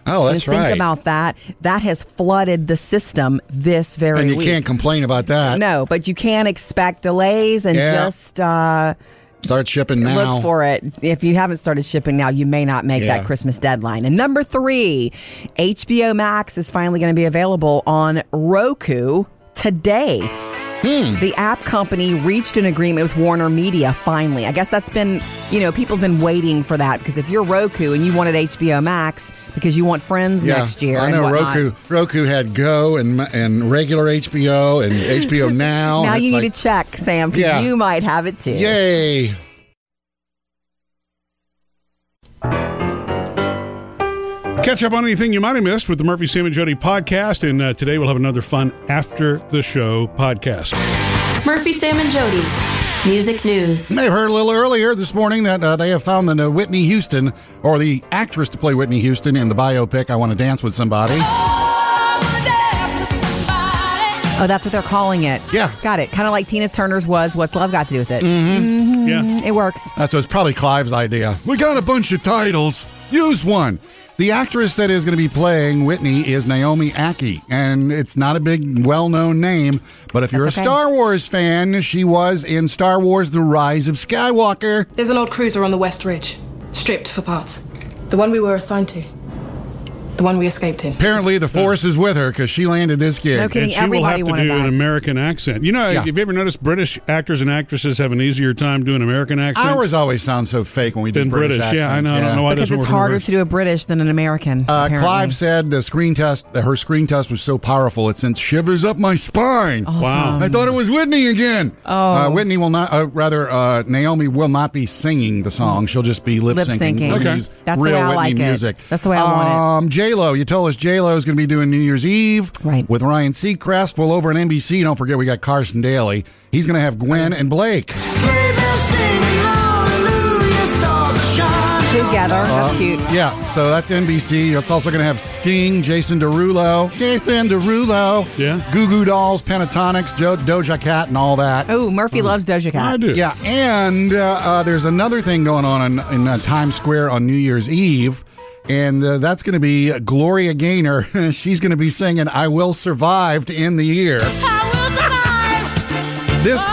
Speaker 3: oh, that's
Speaker 2: Just think
Speaker 3: right.
Speaker 2: about that. That has flooded the system this very
Speaker 3: and you
Speaker 2: week.
Speaker 3: can't complain about that.
Speaker 2: No, but you can expect delays and
Speaker 3: Yeah.
Speaker 2: just uh,
Speaker 3: Start shipping now.
Speaker 2: look for it. If you haven't started shipping now, you may not make
Speaker 3: Yeah.
Speaker 2: that Christmas deadline. And number three, HBO Max is finally going to be available on Roku today.
Speaker 3: Hmm.
Speaker 2: The app company reached an agreement with Warner Media finally. I guess that's been, you know, people have been waiting for that because if you're Roku and you wanted HBO Max because you want friends
Speaker 3: Yeah,
Speaker 2: next year,
Speaker 3: I
Speaker 2: and
Speaker 3: know
Speaker 2: whatnot,
Speaker 3: Roku. Roku had Go and and regular HBO and HBO Now.
Speaker 2: Now
Speaker 3: and
Speaker 2: you
Speaker 3: it's
Speaker 2: need
Speaker 3: like,
Speaker 2: to check, Sam, because
Speaker 3: Yeah.
Speaker 2: you might have it too.
Speaker 3: Yay! Ah!
Speaker 1: Catch up on anything you might have missed with the Murphy, Sam, and Jody podcast. And uh, today we'll have another fun after the show podcast.
Speaker 4: Murphy, Sam, and Jody. Music news.
Speaker 3: They've heard a little earlier this morning that uh, they have found the uh, Whitney Houston or the actress to play Whitney Houston in the biopic "I Want to Dance with Somebody."
Speaker 2: Oh, that's what they're calling it.
Speaker 3: Yeah. Mm.
Speaker 2: Got it. Kind of like Tina Turner's was What's Love Got to Do with It? Hmm.
Speaker 1: Yeah.
Speaker 2: It works.
Speaker 3: Uh, so it's probably Clive's idea. We got a bunch of titles. Use one. The actress that is going to be playing Whitney is Naomi Aki, and it's not a big, well-known name. But if you're
Speaker 2: That's
Speaker 3: a
Speaker 2: okay.
Speaker 3: Star Wars fan, she was in Star Wars: The Rise of Skywalker.
Speaker 5: There's an old cruiser on the West Ridge, stripped for parts. The one we were assigned to. The one we escaped in.
Speaker 3: Apparently, the force is with her because she landed this gig.
Speaker 2: No kidding.
Speaker 1: and she will have
Speaker 2: Everybody
Speaker 1: to do
Speaker 2: wanted
Speaker 1: an
Speaker 2: that.
Speaker 1: American accent. You know,
Speaker 3: Yeah.
Speaker 1: have you ever noticed British actors and actresses have an easier time doing American accents
Speaker 3: Ours always sound so fake when we do
Speaker 1: than British?
Speaker 3: British.
Speaker 1: yeah, I
Speaker 3: accents,
Speaker 1: know. I don't know why
Speaker 2: Because
Speaker 1: doesn't
Speaker 2: it's
Speaker 1: work in
Speaker 2: harder
Speaker 1: British.
Speaker 2: to do a British than an American.
Speaker 3: Uh,
Speaker 2: apparently.
Speaker 3: Clive said the screen test, her screen test was so powerful it sent shivers up my spine.
Speaker 2: Oh,
Speaker 1: Wow.
Speaker 3: I thought it was Whitney again. Oh, uh, Whitney will not. Uh, rather, uh, Naomi will not be singing the song. She'll just be lip syncing.
Speaker 2: Lip-syncing.
Speaker 3: They'll
Speaker 1: Okay.
Speaker 3: use
Speaker 2: That's the
Speaker 3: real
Speaker 2: way I
Speaker 3: Whitney
Speaker 2: like it.
Speaker 3: music.
Speaker 2: That's the way I want it.
Speaker 3: Um, J Lo, you told us J Lo is going to be doing New Year's Eve
Speaker 2: Right.
Speaker 3: with Ryan Seacrest. Well, over on NBC, don't forget we got Carson Daly. He's going to
Speaker 2: Oh.
Speaker 3: have Gwen and Blake.
Speaker 2: Two together. That's
Speaker 3: Uh,
Speaker 2: cute.
Speaker 3: Yeah, so that's NBC. It's also going to have Sting, Jason Derulo, Jason Derulo, yeah, Goo Goo Dolls, Pentatonics, jo- Doja Cat, and all that.
Speaker 2: Oh, Murphy
Speaker 3: Hmm.
Speaker 2: loves Doja Cat. I
Speaker 1: do.
Speaker 3: Yeah, and uh, uh, there's another thing going on in, in uh, Times Square on New Year's Eve, and uh, that's going to be Gloria Gaynor. She's going to be singing "I Will Survive" to end the year. This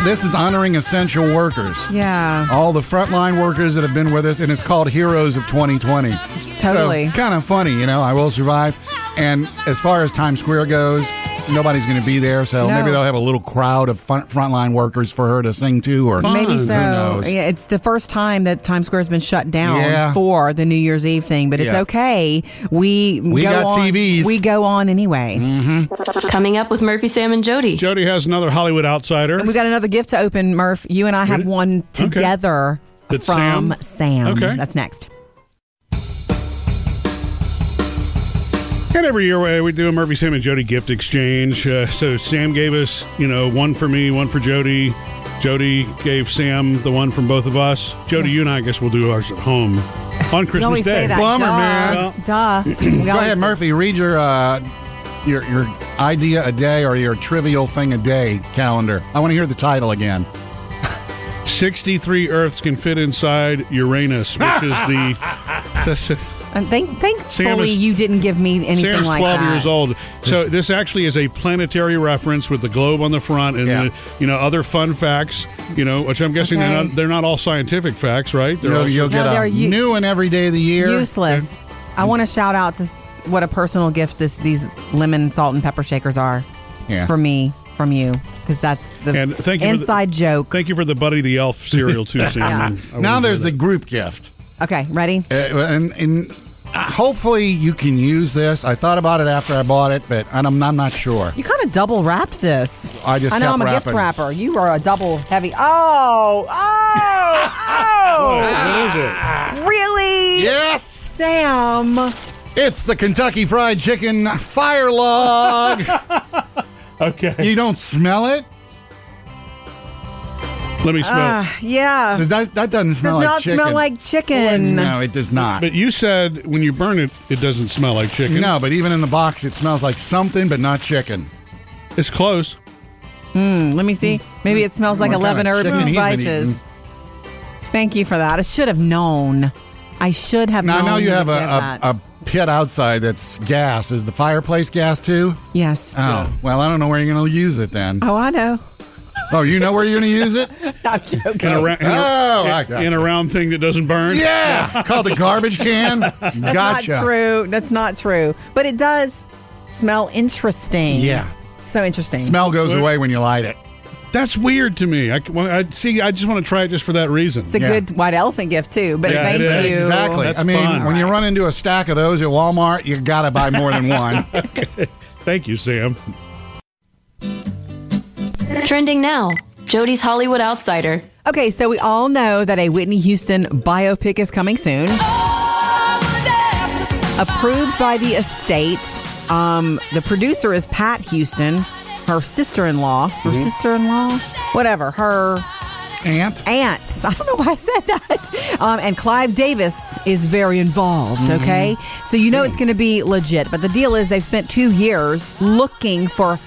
Speaker 3: this is honoring essential workers.
Speaker 2: Yeah.
Speaker 3: All the frontline workers that have been with us, and it's called Heroes of 2020.
Speaker 2: Totally.
Speaker 3: So it's kind of funny, you know. I will survive. And as far as Times Square goes, nobody's going to be there, so
Speaker 2: No.
Speaker 3: maybe they'll have a little crowd of fun- frontline workers for her to sing to, or
Speaker 2: Maybe
Speaker 3: who
Speaker 2: so.
Speaker 3: knows?
Speaker 2: Yeah, it's the first time that Times Square has been shut down
Speaker 3: Yeah.
Speaker 2: for the New Year's Eve thing, but it's
Speaker 3: Yeah.
Speaker 2: okay. We
Speaker 3: We
Speaker 2: go
Speaker 3: got
Speaker 2: on,
Speaker 3: TVs.
Speaker 2: We go on anyway.
Speaker 4: Coming up with Murphy, Sam, and Jody.
Speaker 1: Jody has another Hollywood outsider.
Speaker 2: And we got another gift to open, Murph. You and I have one together
Speaker 1: That's
Speaker 2: from
Speaker 1: Sam?
Speaker 2: Sam.
Speaker 1: Okay.
Speaker 2: That's next.
Speaker 1: And every year uh, we do a Murphy, Sam, and Jody gift exchange. Uh, so Sam gave us, you know, one for me, one for Jody. Jody gave Sam the one from both of us. Jody, you and I, I guess we'll do ours at home on Christmas
Speaker 2: we always
Speaker 1: Day.
Speaker 2: say that.
Speaker 3: Bummer,
Speaker 2: Duh.
Speaker 3: man.
Speaker 2: Duh. We
Speaker 3: Go
Speaker 2: always
Speaker 3: ahead,
Speaker 2: do.
Speaker 3: Murphy. Read your uh, your your idea a day or your trivial thing a day calendar. I want to hear the title again.
Speaker 1: 63 Earths can fit inside Uranus, which is the.
Speaker 2: And thank,
Speaker 1: Sam
Speaker 2: thankfully,
Speaker 1: is-
Speaker 2: you didn't give me anything
Speaker 1: Sam's
Speaker 2: like
Speaker 1: 12
Speaker 2: that.
Speaker 1: years old. So this actually is a planetary reference with the globe on the front and, the, you know, other fun facts, you know, which I'm guessing they're,
Speaker 2: Okay.
Speaker 1: not, they're not all scientific facts, right? They're
Speaker 3: You'll,
Speaker 1: all-
Speaker 3: you'll get
Speaker 2: No, they're
Speaker 3: a
Speaker 2: u-
Speaker 3: new one every day of the year.
Speaker 2: Useless. I want to shout out to s- what a personal gift this these lemon salt and pepper shakers are
Speaker 1: Yeah.
Speaker 2: for me from you because that's the
Speaker 1: And thank you for the-
Speaker 2: inside joke.
Speaker 1: Thank you for the Buddy the Elf cereal too, Sam.
Speaker 2: Yeah.
Speaker 1: I
Speaker 3: Now
Speaker 1: wouldn't
Speaker 3: there's
Speaker 1: do
Speaker 3: the group gift.
Speaker 2: Okay, ready?
Speaker 3: Uh, and and uh, hopefully you can use this. I thought about it after I bought it, but and I'm, I'm not sure.
Speaker 2: You kind of double wrapped this.
Speaker 3: I just
Speaker 2: I know I'm
Speaker 3: kept
Speaker 2: a gift
Speaker 3: wrapping.
Speaker 2: wrapper. You are a double heavy. Oh, oh, oh! Really?
Speaker 3: Yes.
Speaker 2: Sam.
Speaker 3: It's the Kentucky Fried Chicken Fire Log.
Speaker 1: okay.
Speaker 3: You don't smell it?
Speaker 1: Let me smell.
Speaker 2: Uh, yeah.
Speaker 3: That, that doesn't smell
Speaker 2: Does
Speaker 3: like
Speaker 2: not
Speaker 3: chicken.
Speaker 2: smell like chicken.
Speaker 3: No, it does not.
Speaker 1: But you said when you burn it, it doesn't smell like chicken.
Speaker 3: No, but even in the box, it smells like something, but not chicken.
Speaker 1: It's close.
Speaker 2: Mm, let me see. Maybe it smells like
Speaker 3: What
Speaker 2: 11
Speaker 3: kind of
Speaker 2: herbs
Speaker 3: Oh chicken
Speaker 2: and
Speaker 3: he's been
Speaker 2: spices. Thank you for that. I should have known. I should have
Speaker 3: Now,
Speaker 2: known.
Speaker 3: now you have a,
Speaker 2: would give
Speaker 3: a,
Speaker 2: that.
Speaker 3: a pit outside that's gas. Is the fireplace gas too?
Speaker 2: Yes.
Speaker 3: Oh, well, I don't know where you're going to use it then.
Speaker 2: Oh, I know.
Speaker 3: Oh, you know where you're going to use it?
Speaker 2: I'm joking.
Speaker 1: In a, ra- in a-
Speaker 3: Oh, I
Speaker 1: in-
Speaker 3: gotcha.
Speaker 1: in a round thing that doesn't burn.
Speaker 3: Yeah, called a garbage can.
Speaker 2: That's
Speaker 3: Gotcha.
Speaker 2: not true. That's not true. But it does smell interesting.
Speaker 3: Yeah.
Speaker 2: So interesting.
Speaker 3: Smell goes away when you light it.
Speaker 1: That's weird to me. I, c- well, I see. I just want to try it just for that reason.
Speaker 2: It's a good white elephant gift, too. But
Speaker 1: Yeah,
Speaker 2: thank
Speaker 1: it is.
Speaker 2: you.
Speaker 3: Exactly.
Speaker 1: That's
Speaker 3: I mean,
Speaker 1: fun.
Speaker 3: when you run into a stack of those at Walmart, you got to buy more than one.
Speaker 1: Thank you, Sam.
Speaker 4: Trending now Jody's Hollywood Outsider.
Speaker 2: Okay, so we all know that a Whitney Houston biopic is coming soon. Approved by the estate. Um, the producer is Pat Houston, her sister in law,
Speaker 1: Mm-hmm.
Speaker 2: her
Speaker 3: Mhm.
Speaker 2: sister in law, whatever, her
Speaker 3: Aunt?
Speaker 2: Aunt. I don't know why I said that. Um, and Clive Davis is very involved,
Speaker 6: Mhm.
Speaker 2: okay? So you know it's going to be legit. But the deal is they've spent two years looking for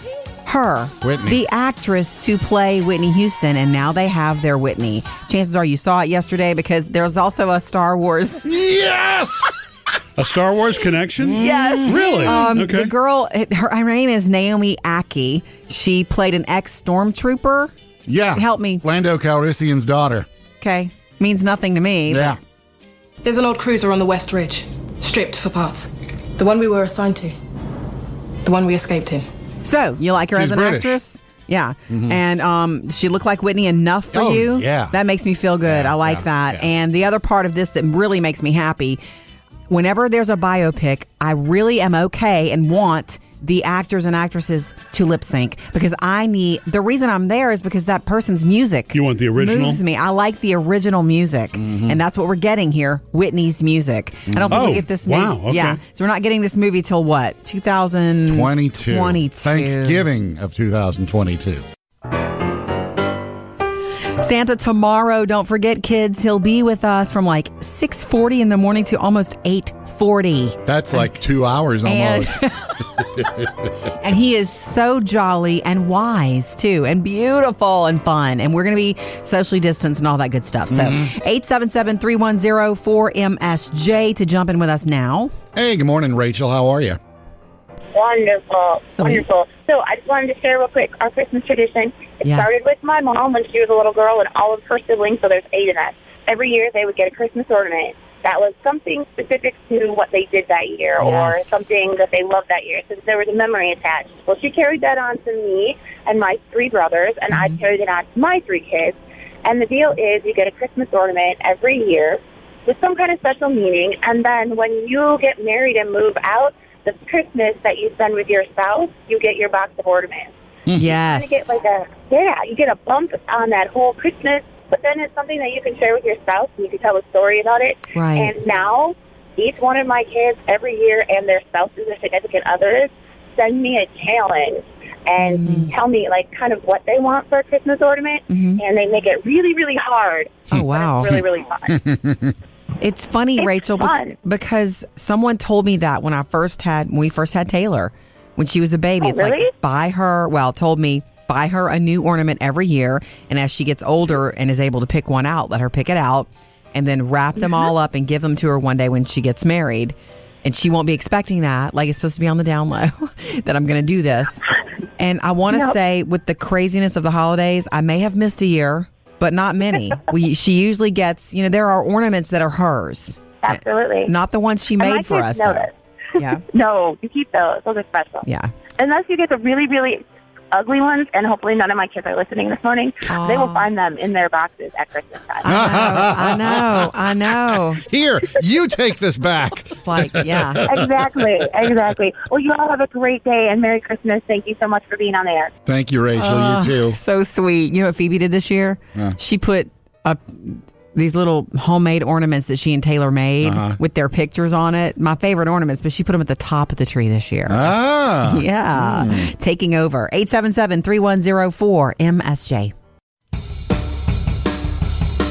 Speaker 2: her,
Speaker 6: Whitney.
Speaker 2: the actress to play Whitney Houston, and now they have their Whitney. Chances are you saw it yesterday because there's also a Star Wars.
Speaker 3: Yes!
Speaker 1: A Star Wars connection?
Speaker 2: Yes.
Speaker 1: Really?
Speaker 2: Um,
Speaker 1: okay.
Speaker 2: The girl, her, her name is Naomi Aki. She played an ex stormtrooper.
Speaker 3: Yeah.
Speaker 2: Help me.
Speaker 3: Lando Calrissian's daughter.
Speaker 2: Okay. Means nothing to me. but-
Speaker 3: Yeah.
Speaker 5: There's an old cruiser on the West Ridge, stripped for parts. The one we were assigned to. The one we escaped in.
Speaker 2: So you like her as
Speaker 5: She's
Speaker 2: an
Speaker 5: British.
Speaker 2: actress? Yeah,
Speaker 5: Mhm.
Speaker 2: and um, she looked like Whitney enough for
Speaker 5: Oh,
Speaker 2: you.
Speaker 5: yeah.
Speaker 2: that makes me feel good. I like that. And the other part of this that really makes me happy, whenever there's a biopic, I really am okay and want the actors and actresses to lip sync because I need the reason I'm there is because that person's music.
Speaker 1: You want the original?
Speaker 2: Moves me. I like the original music, and that's what we're getting here. Whitney's music. I don't think
Speaker 3: Oh,
Speaker 2: we get this.
Speaker 3: wow,
Speaker 2: Movie.
Speaker 3: okay.
Speaker 2: Yeah, so we're not getting this movie till what 2000.
Speaker 3: 22.
Speaker 2: 22.
Speaker 3: Thanksgiving of 2022.
Speaker 2: Santa tomorrow. Don't forget, kids. He'll be with us from like 6.40 in the morning to almost 8.40.
Speaker 3: That's like two hours
Speaker 2: And-
Speaker 3: almost.
Speaker 2: And he is so jolly and wise, too, and beautiful and fun. And we're going to be socially distanced and all that good stuff. So
Speaker 3: Mhm.
Speaker 2: 877 310 4MSJ to jump in with us now.
Speaker 3: hey, good morning, Rachel. How are you?
Speaker 6: Wonderful, wonderful. So I just wanted to share real quick our Christmas tradition. It
Speaker 3: Yes.
Speaker 6: started with my mom when she was a little girl and all of her siblings, so there's eight of us. Every year they would get a Christmas ornament that was something specific to what they did that year or
Speaker 13: Yes.
Speaker 6: something that they loved that year since there was a memory attached. Well, she carried that on to me and my three brothers, and I carried it on to my three kids. And the deal is you get a Christmas ornament every year with some kind of special meaning. And then when you get married and move out, the Christmas that you spend with your spouse, you get your box of ornaments.
Speaker 2: Yes.
Speaker 6: You get like a yeah, you get a bump on that whole Christmas, but then it's something that you can share with your spouse and you can tell a story about it.
Speaker 2: Right.
Speaker 6: And now each one of my kids every year and their spouses or significant others send me a challenge and
Speaker 2: Mm.
Speaker 6: tell me like kind of what they want for a Christmas ornament and they make it really, really hard.
Speaker 2: Mm-hmm. Oh, wow.
Speaker 6: Really, really fun.
Speaker 2: It's funny, Rachel, bec-
Speaker 6: fun.
Speaker 2: because someone told me that when I first had when we first had Taylor, when she was a baby,
Speaker 6: Oh,
Speaker 2: it's
Speaker 6: really?
Speaker 2: like buy her. Well, told me buy her a new ornament every year, and as she gets older and is able to pick one out, let her pick it out, and then wrap
Speaker 6: Mm-hmm.
Speaker 2: them all up and give them to her one day when she gets married. And she won't be expecting that. Like it's supposed to be on the down low that I'm going to do this. And I want to
Speaker 6: Yep.
Speaker 2: say, with the craziness of the holidays, I may have missed a year, but not many. we, she usually gets, you know, there are ornaments that are hers.
Speaker 6: Absolutely.
Speaker 2: Not the ones she
Speaker 6: And my
Speaker 2: made for
Speaker 6: kids
Speaker 2: us. though.
Speaker 6: know this.
Speaker 2: Yeah.
Speaker 6: no, you keep those. Those are special.
Speaker 2: Yeah.
Speaker 6: Unless you get the really, really ugly ones, and hopefully none of my kids are listening this morning, they will find them in their boxes at Christmas time.
Speaker 2: Ah. I know. I know.
Speaker 3: Here, you take this back.
Speaker 2: like,
Speaker 6: exactly, exactly. Well, you all have a great day and Merry Christmas. Thank you so much for being on the air.
Speaker 3: Thank you, Rachel.
Speaker 2: Oh,
Speaker 3: you too.
Speaker 2: So sweet. You know what Phoebe did this year? She put up these little homemade ornaments that she and Taylor made with their pictures on it. My favorite ornaments, but she put them at the top of the tree this year.
Speaker 3: Ah.
Speaker 2: Yeah. Taking over. 877 3104 MSJ.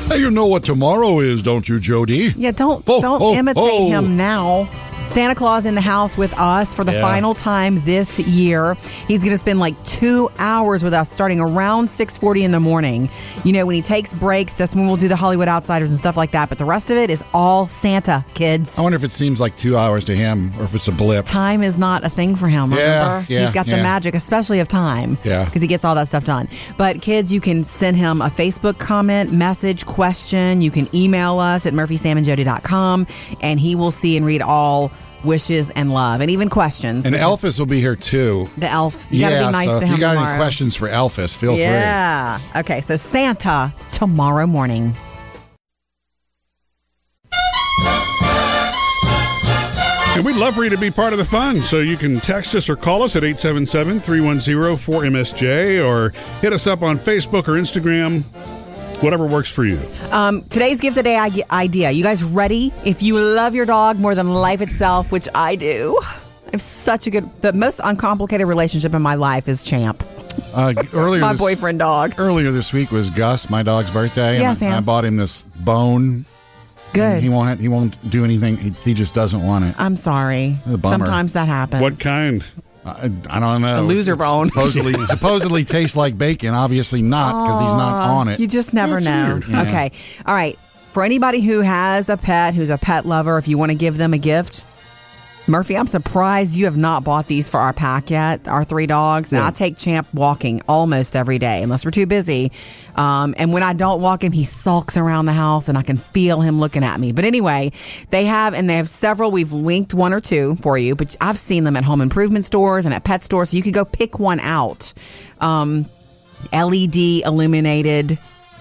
Speaker 3: Hey, you know what tomorrow is, don't you, Jody?
Speaker 2: Yeah, don't
Speaker 3: Oh,
Speaker 2: don't
Speaker 3: oh,
Speaker 2: imitate
Speaker 3: oh.
Speaker 2: him now. Santa Claus in the house with us for the
Speaker 3: Yeah.
Speaker 2: final time this year. He's going to spend like 2 hours with us starting around 6:40 in the morning. You know, when he takes breaks, that's when we'll do the Hollywood Outsiders and stuff like that, but the rest of it is all Santa, kids.
Speaker 3: I wonder if it seems like two hours to him or if it's a blip.
Speaker 2: Time is not a thing for him,
Speaker 3: Yeah,
Speaker 2: remember?
Speaker 3: yeah,
Speaker 2: He's got the
Speaker 3: yeah.
Speaker 2: magic, especially of time.
Speaker 3: Yeah.
Speaker 2: Because he gets all that stuff done. But kids, you can send him a Facebook comment, message, question. You can email us at murphysamandjody.com and he will see and read all wishes and love and even questions.
Speaker 3: And
Speaker 2: because
Speaker 3: Elphys will be here too.
Speaker 2: The elf. You gotta
Speaker 3: yeah,
Speaker 2: be nice
Speaker 3: so
Speaker 2: to
Speaker 3: if
Speaker 2: him
Speaker 3: you got
Speaker 2: tomorrow.
Speaker 3: any questions for Elphys, feel free.
Speaker 2: yeah. Okay, so Santa tomorrow morning.
Speaker 1: And we'd love for you to be part of the fun. So you can text us or call us at 877 310 4MSJ or hit us up on Facebook or Instagram, whatever works for you.
Speaker 2: Um, today's gift of the day i- idea. You guys ready? If you love your dog more than life itself, which I do, I have such a good, the most uncomplicated relationship in my life is Champ.
Speaker 3: Uh, earlier,
Speaker 2: My
Speaker 3: this-
Speaker 2: boyfriend dog.
Speaker 3: Earlier this week was Gus, my dog's birthday.
Speaker 2: Yeah,
Speaker 3: and
Speaker 2: Sam.
Speaker 3: I bought him this bone.
Speaker 2: Good.
Speaker 3: He won't. He won't do anything. He, he just doesn't want it.
Speaker 2: I'm sorry.
Speaker 3: A bummer.
Speaker 2: Sometimes that happens.
Speaker 1: kind?
Speaker 3: I, I don't know.
Speaker 2: A loser
Speaker 3: It's
Speaker 2: bone.
Speaker 3: Supposedly, supposedly tastes like bacon. Obviously not because he's not
Speaker 2: Aw,
Speaker 3: on it.
Speaker 2: You just never
Speaker 3: That's
Speaker 2: know.
Speaker 3: weird. Yeah.
Speaker 2: Okay. All right. For anybody who has a pet, who's a pet lover, if you want to give them a gift, Murphy, I'm surprised you have not bought these for our pack yet, our three dogs. Now, I take Champ walking almost every day, unless we're too busy. Um, and when I don't walk him, he sulks around the house and I can feel him looking at me. But anyway, they have, and they have several. We've linked one or two for you, but I've seen them at home improvement stores and at pet stores. So you could go pick one out. Um, LED illuminated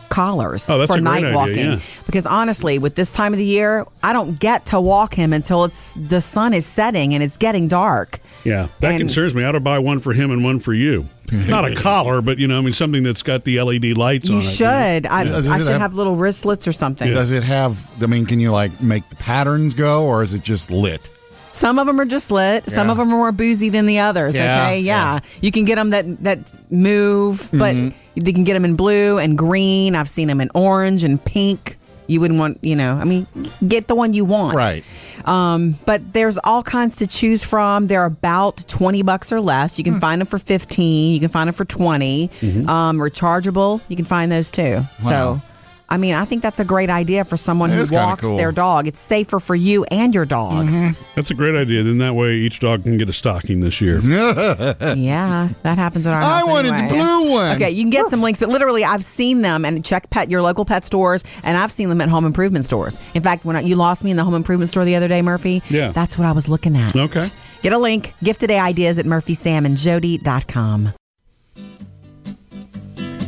Speaker 2: collars
Speaker 1: Oh, that's
Speaker 2: for
Speaker 1: a great
Speaker 2: night
Speaker 1: idea,
Speaker 2: walking.
Speaker 1: yeah.
Speaker 2: Because honestly, with this time of the year, I don't get to walk him until it's the sun is setting and it's getting dark.
Speaker 1: Yeah, that
Speaker 2: And-
Speaker 1: concerns me. I ought to buy one for him and one for you. Not a collar, but you know, I mean, something that's got the LED lights
Speaker 2: You
Speaker 1: on it.
Speaker 2: should. I,
Speaker 3: Yeah.
Speaker 2: I should have little wristlets or something.
Speaker 3: Does it have? I mean, can you like make the patterns go, or is it just lit?
Speaker 2: Some of them are just lit. Some
Speaker 3: Yeah.
Speaker 2: of them are more boozy than the others.
Speaker 3: Yeah,
Speaker 2: Okay, yeah. you can get them that that move, but
Speaker 3: Mhm.
Speaker 2: they can get them in blue and green. I've seen them in orange and pink. You wouldn't want, you know. I mean, get the one you want,
Speaker 3: Right.
Speaker 2: Um, but there's all kinds to choose from. They're about twenty bucks or less.
Speaker 3: Hmm.
Speaker 2: You can find them for fifteen. You can find them for 20
Speaker 3: Mhm.
Speaker 2: Um, rechargeable. You can find those too.
Speaker 3: Wow.
Speaker 2: So. I mean, I think that's a great idea for someone
Speaker 3: That
Speaker 2: who
Speaker 3: is kinda Mm-hmm.
Speaker 2: walks
Speaker 1: cool.
Speaker 2: their dog. It's safer for you and your dog.
Speaker 1: That's a great idea. Then that way each dog can get a stocking this year.
Speaker 2: yeah, that happens at our
Speaker 3: I
Speaker 2: house
Speaker 3: wanted the
Speaker 2: anyway.
Speaker 3: blue one.
Speaker 2: Okay, you can get some links, but literally, I've seen them and check pet your local pet stores, and I've seen them at home improvement stores. In fact, when I, you lost me in the home improvement store the other day, Murphy,
Speaker 1: Yeah.
Speaker 2: that's what I was looking at.
Speaker 1: Okay.
Speaker 2: Get a link, gift today ideas at murphysamandjody.com.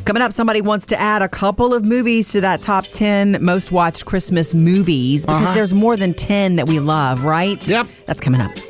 Speaker 2: Coming up, somebody wants to add a couple of movies to that top 10 most watched Christmas movies because
Speaker 3: Uh-huh.
Speaker 2: there's more than 10 that we love, right? Yep. That's coming up.